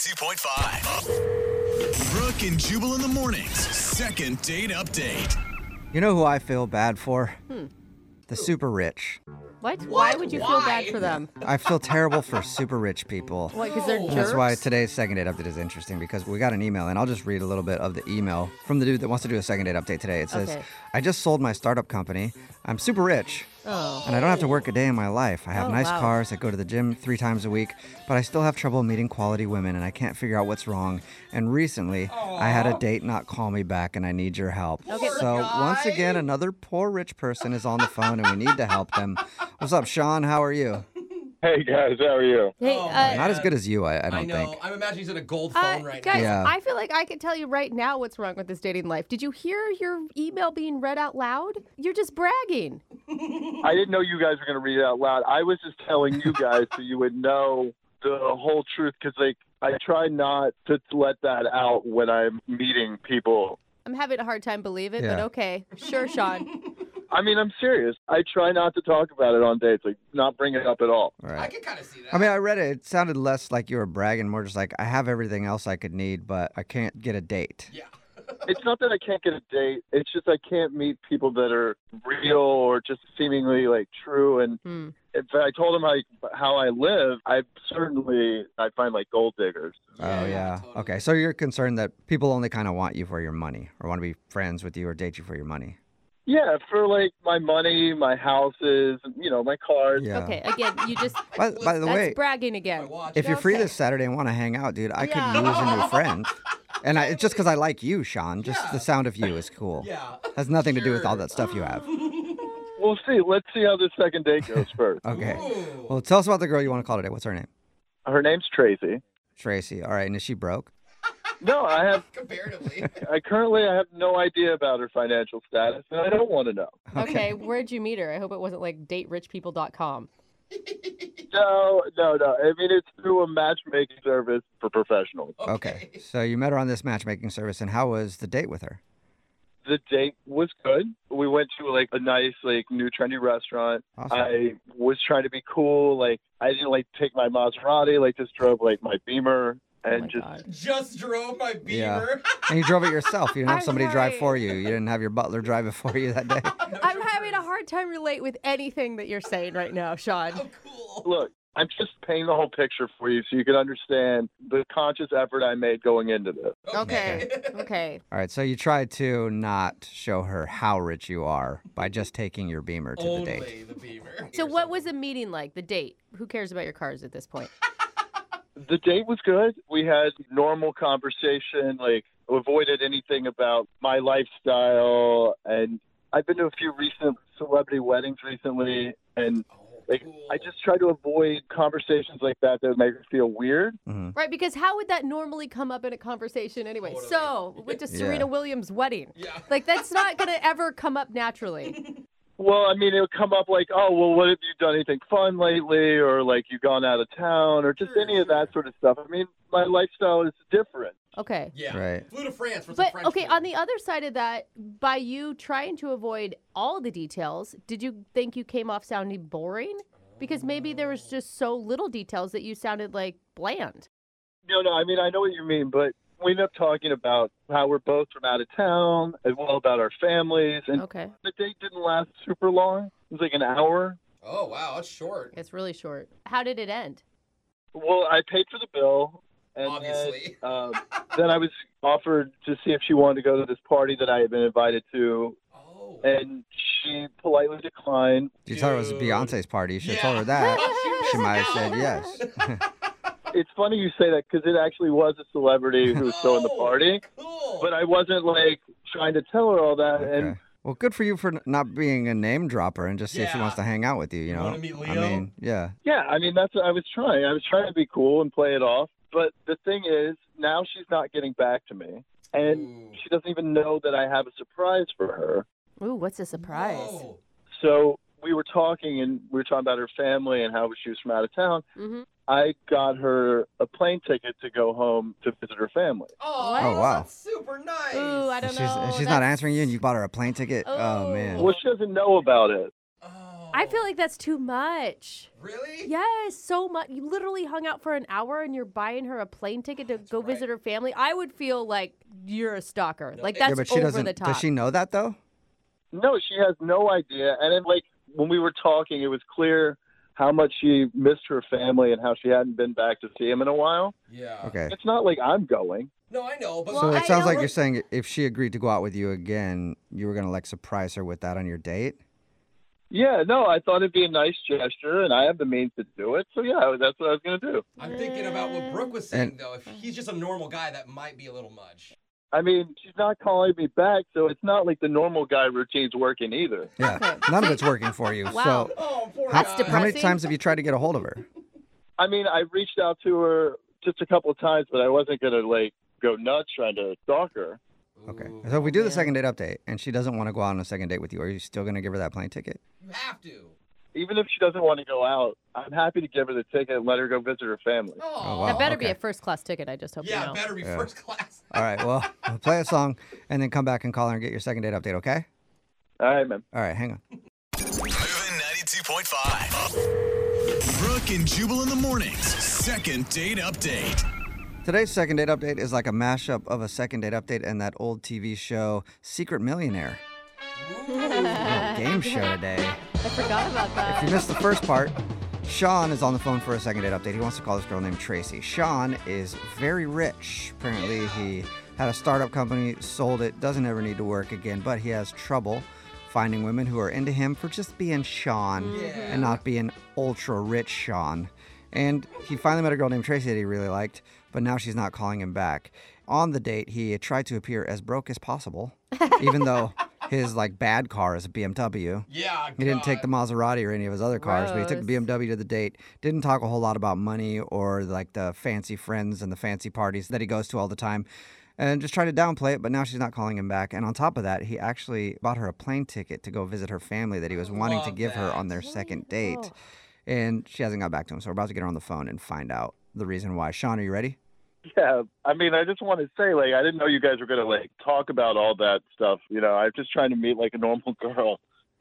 92.5. Brooke and Jubal in the mornings. Second date update. You know who I feel bad for? The super rich. What? Why would you feel bad for them? I feel terrible for super rich people. What? Because they're jerks. That's why today's second date update is interesting because we got an email, and I'll just read a little bit of the email from the dude that wants to do a second date update today. It says, Okay. I just sold my startup company. I'm super rich, Oh. and I don't have to work a day in my life. I have Oh, nice wow. cars, I go to the gym three times a week, but I still have trouble meeting quality women, and I can't figure out what's wrong. And recently, I had a date not call me back, and I need your help. Okay. So, once again, another poor rich person is on the phone, and we need to help them. What's up, Sean? How are you? Hey guys, how are you? Hey, Oh, uh, Not as good as you, I, I don't I know. think. I'm imagining he's in a gold uh, phone right guys, now. Yeah. I feel like I could tell you right now what's wrong with this dating life. Did you hear your email being read out loud? You're just bragging. I didn't know you guys were going to read it out loud. I was just telling you guys so you would know the whole truth because, like, I try not to let that out when I'm meeting people. I'm having a hard time believing, but Yeah. okay. Sure, Sean. I mean, I'm serious. I try not to talk about it on dates, like, not bring it up at all. All I right. can kind of see that. I mean, I read it. It sounded less like you were bragging, more just like, I have everything else I could need, but I can't get a date. yeah. It's not that I can't get a date, it's just I can't meet people that are real or just seemingly, like, true. And Hmm. if I told them how, how I live, I certainly, I find, like, gold diggers. oh, yeah. totally. Okay. So you're concerned that people only kind of want you for your money or want to be friends with you or date you for your money. Yeah, for like my money, my houses, you know, my cars. Yeah. Okay, again, you just By, by the that's way, bragging again. Watch. if you're free Okay. this Saturday and want to hang out, dude, I Yeah. could use a new friend. And I, it's just because I like you, Sean. Just the Yeah. sound of you is cool. yeah. Has nothing to do with all Sure. that stuff you have. We'll see. Let's see how this second date goes first. Okay. Ooh. Well, tell us about the girl you want to call today. What's her name? Her name's Tracy. Tracy. All right. And is she broke? No, I have. Comparatively. I currently I have no idea about her financial status, and I don't want to know. Okay, where'd you meet her? I hope it wasn't like daterichpeople.com. No, no, no. I mean, it's through a matchmaking service for professionals. Okay. So you met her on this matchmaking service, and how was the date with her? The date was good. We went to like a nice, like new trendy restaurant. Awesome. I was trying to be cool. Like I didn't like take my Maserati. Like just drove like my Beamer and Oh my God. just Just drove my beamer. And you drove it yourself. You didn't have I'm somebody drive sorry. for you. You didn't have your butler drive it for you that day. I'm having a hard time relate with anything that you're saying right now, Sean. Oh, cool. look, I'm just painting the whole picture for you so you can understand the conscious effort I made going into this. Okay. Okay. All right. So you tried to not show her how rich you are by just taking your beamer to the date. Only the beamer. So what was the meeting like? The date? Who cares about your cars at this point? The date was good. We had normal conversation, like avoided anything about my lifestyle and I've been to a few recent celebrity weddings recently and Oh, like cool. I just try to avoid conversations like that that make her feel weird. Mhm. Right, because how would that normally come up in a conversation anyway? Totally. So, we went to Yeah. Serena Williams' wedding. Yeah. Like, that's not going to ever come up naturally. Well, I mean, it would come up like, oh, well, what have you done anything fun lately? Or like you gone out of town or just any of that sort of stuff. I mean, my lifestyle is different. Okay. Yeah. Right. Flew to France for some But, French okay, food. on the other side of that, by you trying to avoid all the details, did you think you came off sounding boring? Because maybe there was just so little details that you sounded like bland. No, no. I mean, I know what you mean, but we end up talking about how we're both from out of town, as well about our families, and Okay. the date didn't last super long. It was like an hour. Oh wow, that's short. It's really short. How did it end? Well, I paid for the bill, and Obviously. then, um, then I was offered to see if she wanted to go to this party that I had been invited to, Oh. and she politely declined. You told her it was Dude. Beyonce's party. You should have Yeah. told her that. She missed might have out. said yes. It's funny you say that because it actually was a celebrity who was throwing the Oh, party, Cool. but I wasn't like trying to tell her all that, and Okay. Well, good for you for n- not being a name dropper and just see if she Yeah. wants to hang out with you. You know, wanna meet I Leo? mean, yeah. Yeah, I mean that's what I was trying. I was trying to be cool and play it off. But the thing is, now she's not getting back to me, and Ooh. she doesn't even know that I have a surprise for her. Ooh, what's a surprise? Whoa. So we were talking, and we were talking about her family and how she was from out of town. Mhm. I got her a plane ticket to go home to visit her family. Oh, What? Oh, wow. that's super nice. Ooh, I And don't she's know. and she's not That's- answering you, and you bought her a plane ticket. Oh, Oh. man. Well, she doesn't know about it. Oh. I feel like that's too much. Really? Yes, so much. You literally hung out for an hour and you're buying her a plane ticket to go visit her family. I would feel like you're a stalker. Like that's yeah, but she over doesn't. the top. Does she know that though? No, she has no idea. And then, like, when we were talking, it was clear how much she missed her family and how she hadn't been back to see him in a while. Yeah. Okay. It's not like I'm going. No, I know, but So Well, it I sounds don't like you're re- saying if she agreed to go out with you again, you were gonna like surprise her with that on your date. Yeah, no, I thought it'd be a nice gesture, and I have the means to do it. So, yeah, that's what I was going to do. I'm thinking about what Brooke was saying And- though. If he's just a normal guy, that might be a little much. I mean, she's not calling me back, so it's not like the normal guy routine's working either. Yeah. None of it's working for you. Wow. So Oh, poor That's guy. depressing. how many times have you tried to get a hold of her? I mean, I reached out to her just a couple of times, but I wasn't going to, like, go nuts trying to stalk her. Okay. Ooh, So if we do the man. second date update and she doesn't want to go out on a second date with you, are you still gonna give her that plane ticket? you have to. Even if she doesn't want to go out, I'm happy to give her the ticket and let her go visit her family. Oh, wow. that better be okay. a first class ticket. I just hope yeah, you know. better be Yeah. first class. All right, well, we'll play a song and then come back and call her and get your second date update, okay? All right, man. All right, hang on. Moving 92.5. Brooke and Jubal in the mornings. Second date update. Today's second date update is like a mashup of a second date update and that old TV show, Secret Millionaire. Little game show today. I forgot about If that. you missed the first part, Sean is on the phone for a second date update. He wants to call this girl named Tracy. Sean is very rich. Apparently, he had a startup company, sold it, doesn't ever need to work again, but he has trouble finding women who are into him for just being Sean and not being ultra rich Sean. And he finally met a girl named Tracy that he really liked, but now she's not calling him back. On the date, he tried to appear as broke as possible, even though his like bad car is a BMW. Yeah. He didn't take the Maserati or any of his other cars, but he took the Gross. BMW to the date. Didn't talk a whole lot about money or like the fancy friends and the fancy parties that he goes to all the time. And just tried to downplay it, but now she's not calling him back. And on top of that, he actually bought her a plane ticket to go visit her family that he was wanting to Love give her that. on their second date. And she hasn't got back to him. So we're about to get her on the phone and find out the reason why. Sean, are you ready? Yeah, I mean, I just want to say, like, I didn't know you guys were gonna like talk about all that stuff. You know, I'm just trying to meet like a normal girl.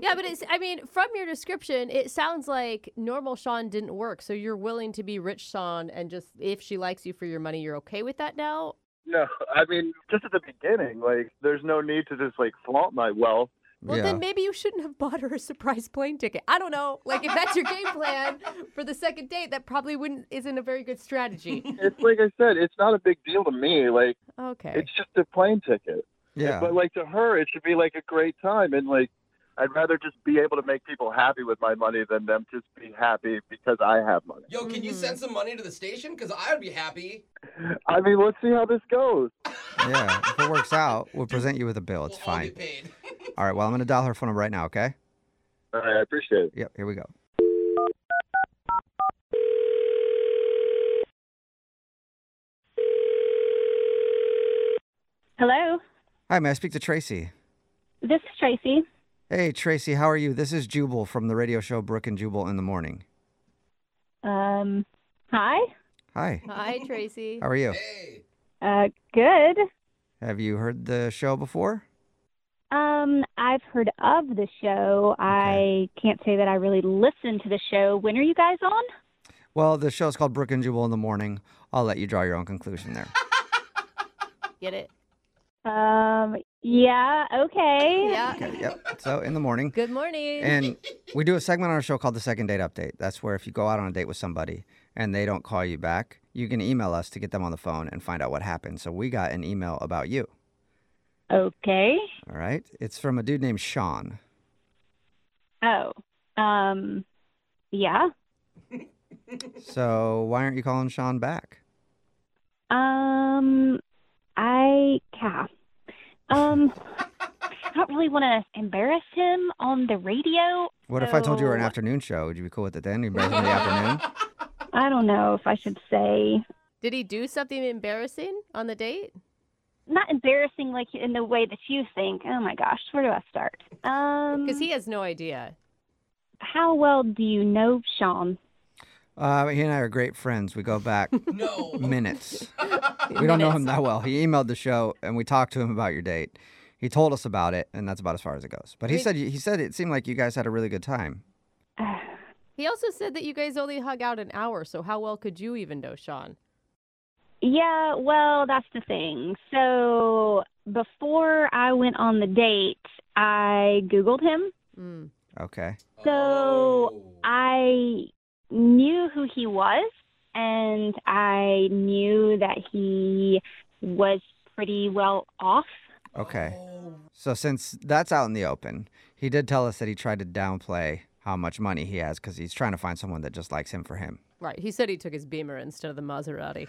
Yeah, but it's, I mean, from your description, it sounds like normal Sean didn't work. So you're willing to be rich Sean and just, if she likes you for your money, you're okay with that now? No, I mean, just at the beginning, like, there's no need to just like flaunt my wealth. Well, then maybe you shouldn't have bought her a surprise plane ticket. I don't know. Like, if that's your game plan for the second date, that probably wouldn't isn't a very good strategy. It's like I said, it's not a big deal to me. Like, Okay. it's just a plane ticket. yeah. But like to her, it should be like a great time, and like, I'd rather just be able to make people happy with my money than them just be happy because I have money. Yo, can you send some money to the station? Because I would be happy. I mean, let's see how this goes. yeah. If it works out, we'll present you with a bill. It's We'll all fine. get paid. All right. Well, I'm going to dial her phone number right now, okay? All right, I appreciate it. Yep. Here we go. Hello, Hi, may I speak to Tracy? this is Tracy. Hey, Tracy, how are you? This is Jubal from the radio show Brooke and Jubal in the Morning. Um, hi. Hi, Hi, Tracy. how are you? hey. Uh, good. Have you heard the show before? Um, I've heard of the show. Okay. I can't say that I really listen to the show. When are you guys on? Well, the show's called Brooke and Jubal in the Morning. I'll let you draw your own conclusion there. Get it? Um, yeah, okay. Yeah. Okay, yep. So, in the morning. Good morning. And we do a segment on our show called the Second Date Update. That's where if you go out on a date with somebody and they don't call you back, you can email us to get them on the phone and find out what happened. So, we got an email about you. Okay. All right. It's from a dude named Sean. Oh, um, yeah. So, why aren't you calling Sean back? Um, I, yeah. Um, I don't really want to embarrass him on the radio. What if I told you were an So- afternoon show? Would you be cool with it then? You'd be in the afternoon? I don't know if I should say Did he do something embarrassing on the date? not embarrassing like in the way that you think oh my gosh where do i start um Because he has no idea. how well do you know sean Uh, he and I are great friends. We go back No. minutes. We don't know him that well. He emailed the show and we talked to him about your date. He told us about it, and that's about as far as it goes. But he Wait. said he said it seemed like you guys had a really good time. He also said that you guys only hung out an hour, so how well could you even know Sean? Yeah, well, that's the thing. So before I went on the date, I Googled him. Mm. Okay. So, Oh. I knew who he was, and I knew that he was pretty well off. Okay. Oh, So since that's out in the open, he did tell us that he tried to downplay how much money he has because he's trying to find someone that just likes him for him. Right. He said he took his Beamer instead of the Maserati.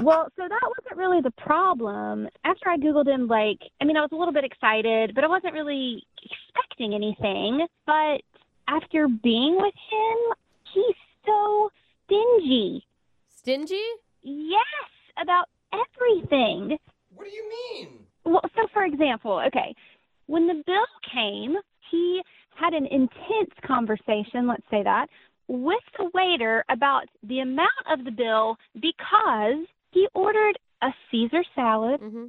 Well, so that wasn't really the problem. After I Googled him, like, I mean, I was a little bit excited, but I wasn't really expecting anything. But after being with him, he's so stingy. Stingy? Yes, about everything. what do you mean? Well, so for example, okay, when the bill came, he had an intense conversation, let's say that, with the waiter about the amount of the bill because he ordered a Caesar salad Mm-hmm.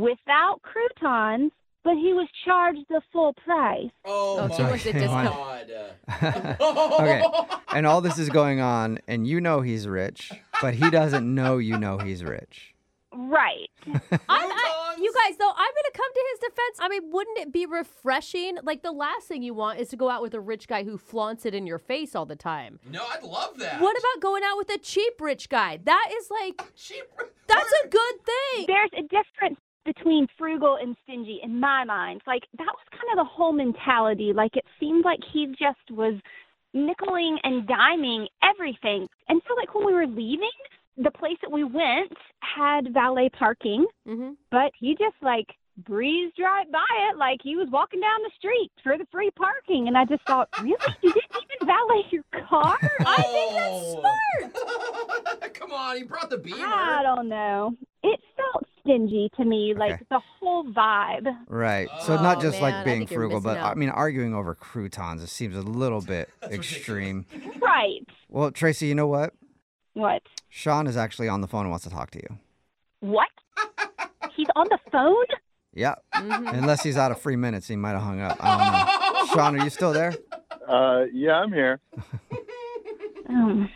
without croutons, but he was charged the full price. Oh, Oh, my so was it god. Okay. And all this is going on, and you know he's rich, but he doesn't know you know he's rich. Right. I'm, I, Croutons. you guys, though, I'm going to come to his defense. I mean, wouldn't it be refreshing? Like, the last thing you want is to go out with a rich guy who flaunts it in your face all the time. No, I'd love that. What about going out with a cheap rich guy? That is like, Cheap. that's a good thing. There's a difference between frugal and stingy in my mind. Like, that was kind of the whole mentality. Like, it seemed like he just was nickeling and diming everything. And so, like, when we were leaving, the place that we went had valet parking, Mm-hmm. but he just, like, breezed right by it like he was walking down the street for the free parking. And I just thought, really? You didn't even valet your car? I think that's smart. that's smart. Come on, he brought the beamer. Ah. I don't know. It felt stingy to me, like Okay. the whole vibe. Right. So not Oh, just man, I like being think you're frugal, missing but I out. mean arguing over croutons. It seems a little bit extreme. Right. Well, Tracy, you know what? What? Sean is actually on the phone and wants to talk to you. What? He's on the phone? Yeah. Mhm. Unless he's out of free minutes, he might have hung up. I don't know. Sean, are you still there? Uh, yeah, I'm here. Um,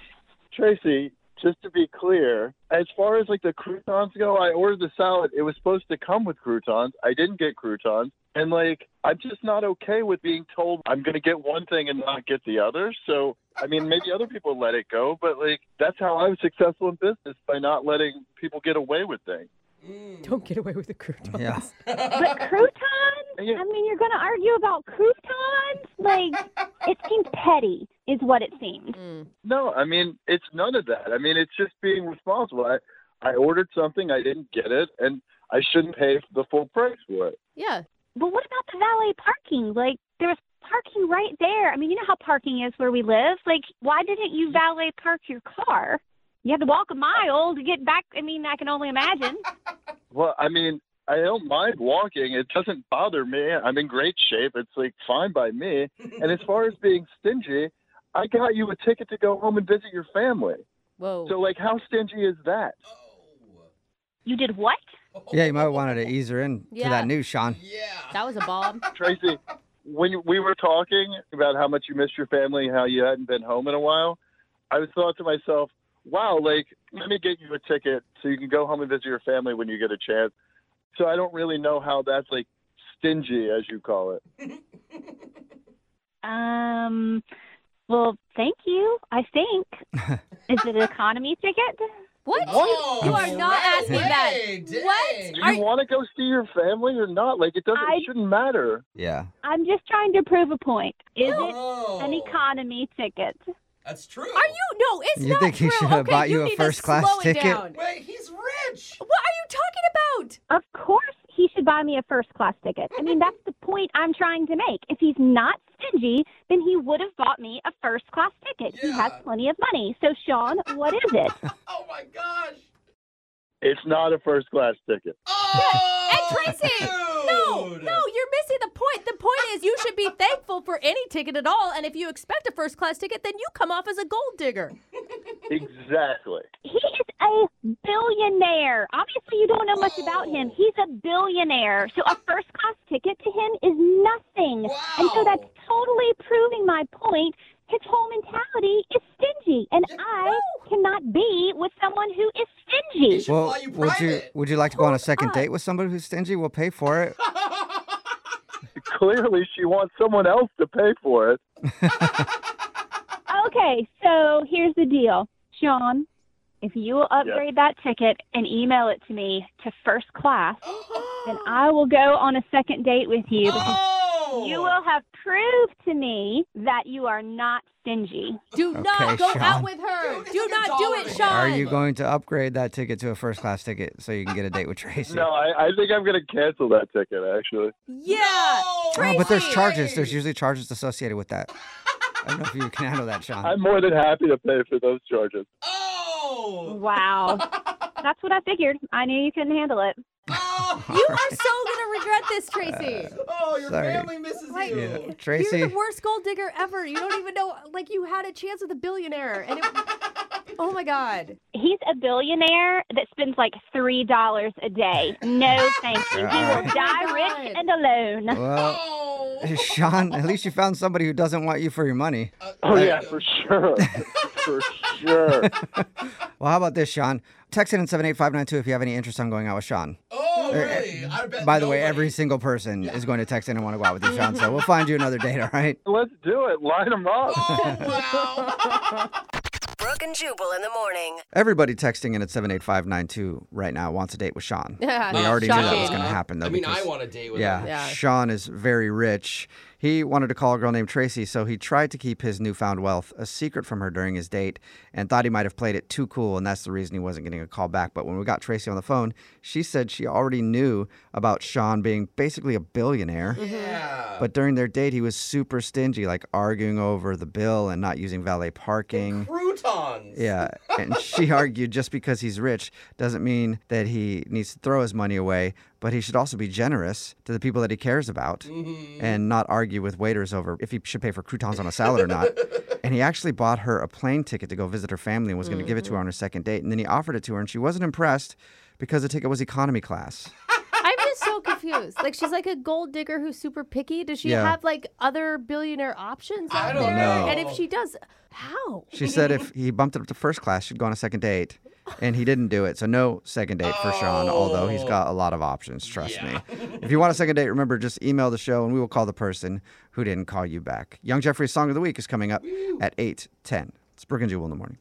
Tracy, just to be clear, as far as like the croutons go, I ordered the salad. It was supposed to come with croutons. I didn't get croutons. And like, I'm just not okay with being told I'm going to get one thing and not get the other. So, I mean, maybe other people let it go, but like, that's how I was successful in business by not letting people get away with things. Mm. Don't get away with the crouton. Yeah. but croutons? Yeah. I mean, you're going to argue about croutons? Like, it seemed petty, is what it seemed. Mm. No, I mean, it's none of that. I mean, it's just being responsible. I, I ordered something, I didn't get it, and I shouldn't pay the full price for it. Yeah. But what about the valet parking? Like, there was parking right there. I mean, you know how parking is where we live? Like, why didn't you valet park your car? You had to walk a mile to get back. I mean, I can only imagine. Well, I mean, I don't mind walking. It doesn't bother me. I'm in great shape. It's like fine by me. And as far as being stingy, I got you a ticket to go home and visit your family. Whoa. So, like, how stingy is that? You did what? Yeah, you might have wanted to ease her in to Yeah. that news, Sean. Oh. Yeah. that was a bomb. Tracy, when you- we were talking about how much you missed your family and how you hadn't been home in a while, I was thought to myself, wow, like, let me get you a ticket so you can go home and visit your family when you get a chance. So I don't really know how that's like stingy, as you call it. Um, well, thank you. I think. Is it an economy ticket? What? Oh, you are not asking way. that. Dang. Do What? Are you want to go see your family or not? Like it doesn't I- it shouldn't matter. Yeah. I'm just trying to prove a point. Is it Oh. an economy ticket? That's true. Are you? No, it's You not think he true. should have okay, bought you a need to first class slow it ticket? down. What Wait, he's rich. are you talking about? Of course, he should buy me a first class ticket. I mean, that's the point I'm trying to make. If he's not stingy, then he would have bought me a first class ticket. He has Yeah. plenty of money. So, Sean, what is it? Oh my gosh. It's not a first class ticket. Oh. And Tracy, no, no, you're dude. missing the point. The point is you should be thankful for any ticket at all, and if you expect a first class ticket, then you come off as a gold digger. Exactly. He is a billionaire. billionaire. Obviously, you don't know much about him. He's a billionaire. So a first class ticket to him is nothing. And so that's totally proving my point. His whole mentality is stingy, and I cannot be with someone who is stingy. should fly you would you private. would you like to go on a second date with somebody who's stingy? We'll pay for it. Clearly, she wants someone else to pay for it. Okay, so here's the deal, Sean. If you will upgrade that ticket and email it to me to first class, then I will go on a second date with you because Oh! you will have proved to me that you are not stingy. Do Okay, not go Sean. out with her. Dude, Do it's like a not do dollar it, a Sean. day. Are you going to upgrade that ticket to a first class ticket so you can get a date with Tracy? No, I, I think I'm going to cancel that ticket, actually. Yeah. Oh, but there's Tracy! charges. There's usually charges associated with that. I don't know if you can handle that, Sean. I'm more than happy to pay for those charges. Oh! Wow. That's what I figured. I knew you couldn't handle it. Oh! You are so gonna regret this, Tracy. Oh, your Sorry. family misses Like- you. yeah, You're Tracy. the worst gold digger ever. You don't even know like you had a chance with a billionaire and it Oh my god. He's a billionaire that spends like $3 a day. No, thank you. He Yeah, will all die right. rich and alone. Well, Oh! Sean, at least you found somebody who doesn't want you for your money. Oh, yeah, for sure. for sure. Well, how about this, Sean? Text it in 78592 if you have any interest on going out with Sean. Oh, really? I bet By the way, nobody- every single person is going to text in and want to go out with you, Sean. So we'll find you another date, all right? Let's do it. Line them up. Oh, wow. Brooke and Jubal in the morning. Everybody texting in at 78592 right now wants a date with Sean. Yeah, we already knew that was shocking. going to happen, though. I mean, I because- want a date with Yeah. him. Yeah. Sean is very rich. He wanted to call a girl named Tracy, so he tried to keep his newfound wealth a secret from her during his date and thought he might have played it too cool, and that's the reason he wasn't getting a call back. But when we got Tracy on the phone, she said she already knew about Sean being basically a billionaire. Mm. Yeah. But during their date, he was super stingy, like arguing over the bill and not using valet parking. mm. Croutons. Yeah, and she argued just because he's rich doesn't mean that he needs to throw his money away, but he should also be generous to the people that he cares about Mm-hmm. and not argue with waiters over if he should pay for croutons on a salad or not. And he actually bought her a plane ticket to go visit her family and was going to give it to her on her second date. And then he offered it to her, and she wasn't impressed because the ticket was economy class. I'm just so confused. Like she's like a gold digger who's super picky. Does she Yeah. have like other billionaire options out I don't there? know. And if she does, how? She said if he bumped it up to first class, she'd go on a second date. And he didn't do it. So, no second date for Sean, although he's got a lot of options, trust me. If you want a second date, remember just email the show and we will call the person who didn't call you back. Young Jeffrey's Song of the Week is coming up at eight ten. It's Brooke and Jewel in the morning.